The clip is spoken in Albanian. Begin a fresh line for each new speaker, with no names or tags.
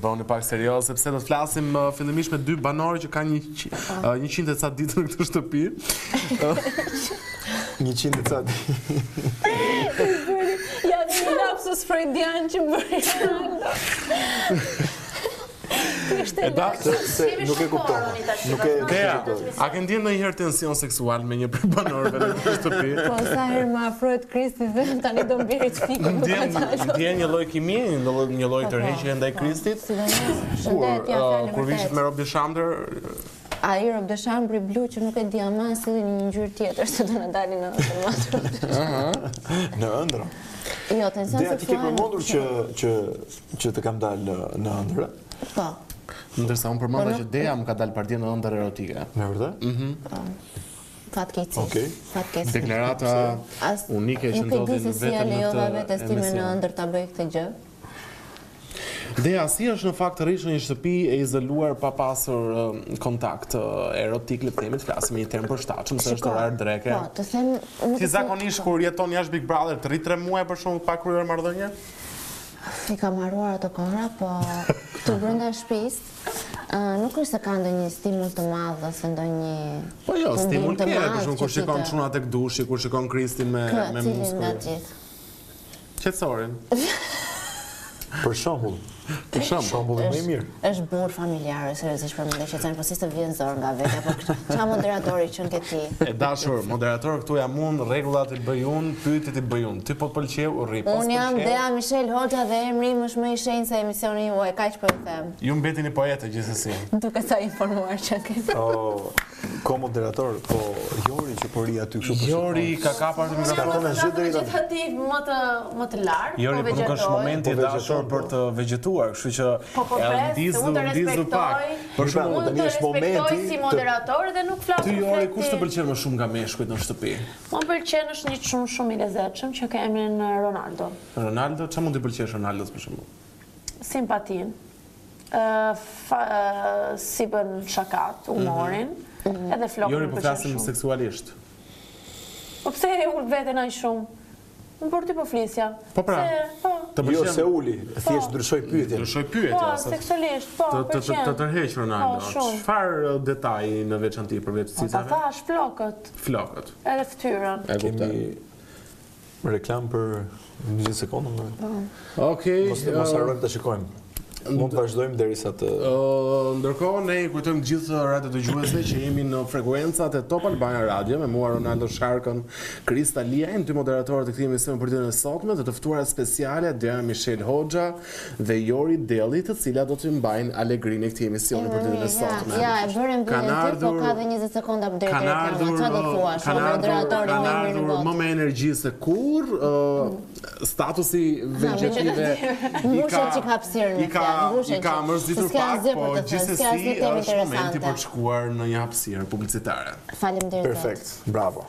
bëhuni pak serioz sepse do të flasim uh, fillimisht me dy banorë që kanë një qi- uh, 100 e ca ditë në këtë shtëpi.
100 e ca ditë.
Ja një lapsus freudian që bëri. Kështë e
da-
Se, se nuk e kupton. Nuk e nuk e
Kea,
kupton.
a ke ndjenë ndonjëherë tension seksual me një prej banorëve në këtë shtëpi?
Po sa herë më afrohet Kristi vetëm tani do mbiri çfikun.
Ndjen ndjen një lloj kimie, një lloj një lloj tërheqje ndaj Kristit.
Sidomos,
Kur
shëndet ja
uh,
fjalë
kur vishit me
vërtet.
rob Dyshamdër,
Ai rob de chambre blu që nuk e di ama sillin një ngjyrë tjetër se do na dalin në automat.
Në ëndra.
Jo, tension
Dea ti ke
seksual.
përmendur që që që të kam dalë në- në ëndra.
Po.
ndërsa unë përmenda që Dea më ka dalë partje në ëndër erotike.
Me vërtet?
Mhm.
Fatkeqësi.
Okej.
Fatkeqësi.
Deklarata
As
unike që
Nuk e
ndodhi
di se si ja
vetëm në
lejova
këtë
vetes time në
emision.
ëndër ta bëj këtë gjë.
Dea, si është në fakt të rishë në një shtëpi e izoluar pa pasur ë, kontakt ë, erotik, le të themi të flasim me një term përshtatshëm se është
Shiko,
orar dreke.
Po, të them, nuk
Si
e di-
zakonisht kur jeton jashtë Big Brother, të rri 3 muaj për shkak pa kryer marrëdhënie?
I kam harruar ato kohra, po këtu brenda shtëpisë ë, nuk është se ka ndonjë stimul të madh ose ndonjë
Po jo,
mundim
stimul
të
ke,
madh
për shkak kur
që
shikon
ti të-
çuna tek dushi, kur shikon Kristin me
Kë,
me
cilin nga
muskuj.
gjithë.
Qetësorin.
Për shembull,
Për shembull,
shembulli më i mirë.
është burr familjar, seriozisht për mendoj që çan po si të vjen zor nga vetja, po çfarë moderatori që ke ti?
e dashur moderator këtu jam unë, rregullat i bëj unë, pyetjet i bëj unë. Ty po të pëlqeu, u rri. po
Unë jam
s'pëlqeu,
Dea Michel Hoxha dhe emri im është më i shenjtë se emisioni juaj, kaq po ju them.
Ju mbetini poetë gjithsesi.
Duke sa informuar që ke.
O, ko moderator, po Jori që po ri aty kështu për
Jori ka kapar të
Ka
mikrofonin.
thënë zë drejt aty.
Vegetativ më të më të lartë,
Jori, po nuk është momenti i
Po
dashur
vegjeton,
për
po.
të vegjetuar, kështu që
Po po
e
pres, se unë të
ndizu pak.
respektoj.
Për shembull,
Unë
Unë
tani
të
është
respektoj
momenti
si
të-
moderator dhe nuk flas.
ty
për
Jori,
fleti.
kush të pëlqen më shumë nga meshkujt në shtëpi?
Më pëlqen është një çun shumë i lezetshëm që ka emrin eh, Ronaldo.
Ronaldo, çfarë mund të pëlqesh Ronaldos për shembull?
Simpatin. Ë fa- ë, si bën shakat, humorin, edhe flokën
Jori,
më
po
pëlqen
flasim
shumë.
seksualisht.
Po pse e ul veten ai shumë? Unë për ty po flisja.
Po pra.
Se, po.
Të
Jo se
pëlqen.
uli, thjesht ndryshoj pyetjen.
Ndryshoj
Po,
pyetja, sa
seksualisht, po,
të të të
pëlqen.
të tërheq
Po,
Ronaldo.
shumë.
Çfarë detaji në veçantë përveç
Po, Ta
citave?
thash flokët,
Flokët.
edhe fytyrën.
E kuptoj.
Kemi reklam për 20 sekonda. më.
Okej.
Mos mos
ë,
harrojmë ta shikojmë. Mund të vazhdojmë derisa të
Ë, ndërkohë ne i kujtojmë gjithë radio dëgjuesve që jemi në frekuencat e Top Albania Radio me mua Ronaldo Sharkën, Krista Liajn, dy moderatorët e këtij emisioni për ditën e sotme, të ftuara speciale Dea Michel Hoxha dhe Jori Delli, të cilat do të mbajnë alegrinë e këtij emisioni për ditën e sotme.
Ja, e bërën
Kanë
bërën ti, po
ardhur-
ka dhe 20 sekonda për deri
Kanë
reklama.
ardhur,
Çfarë do
ë,
thua? Shumë
kanë ardhur,
moderatori
kanë
më i mirë në
ardhur më
botë. Mm.
me energji se kur, ë, statusi
Ah,
vegetative i ka
Mbushet që ka hapësirë në
i ka
fjalë, mbushet
i ka
që-
mërzitur
s'ka
pak,
asgjë
po
për të thënë, s'ka
gjithsesi
asgjë temë
është momenti
interesante.
për të shkuar në një hapësirë publicitare.
Faleminderit.
perfekt. Bravo.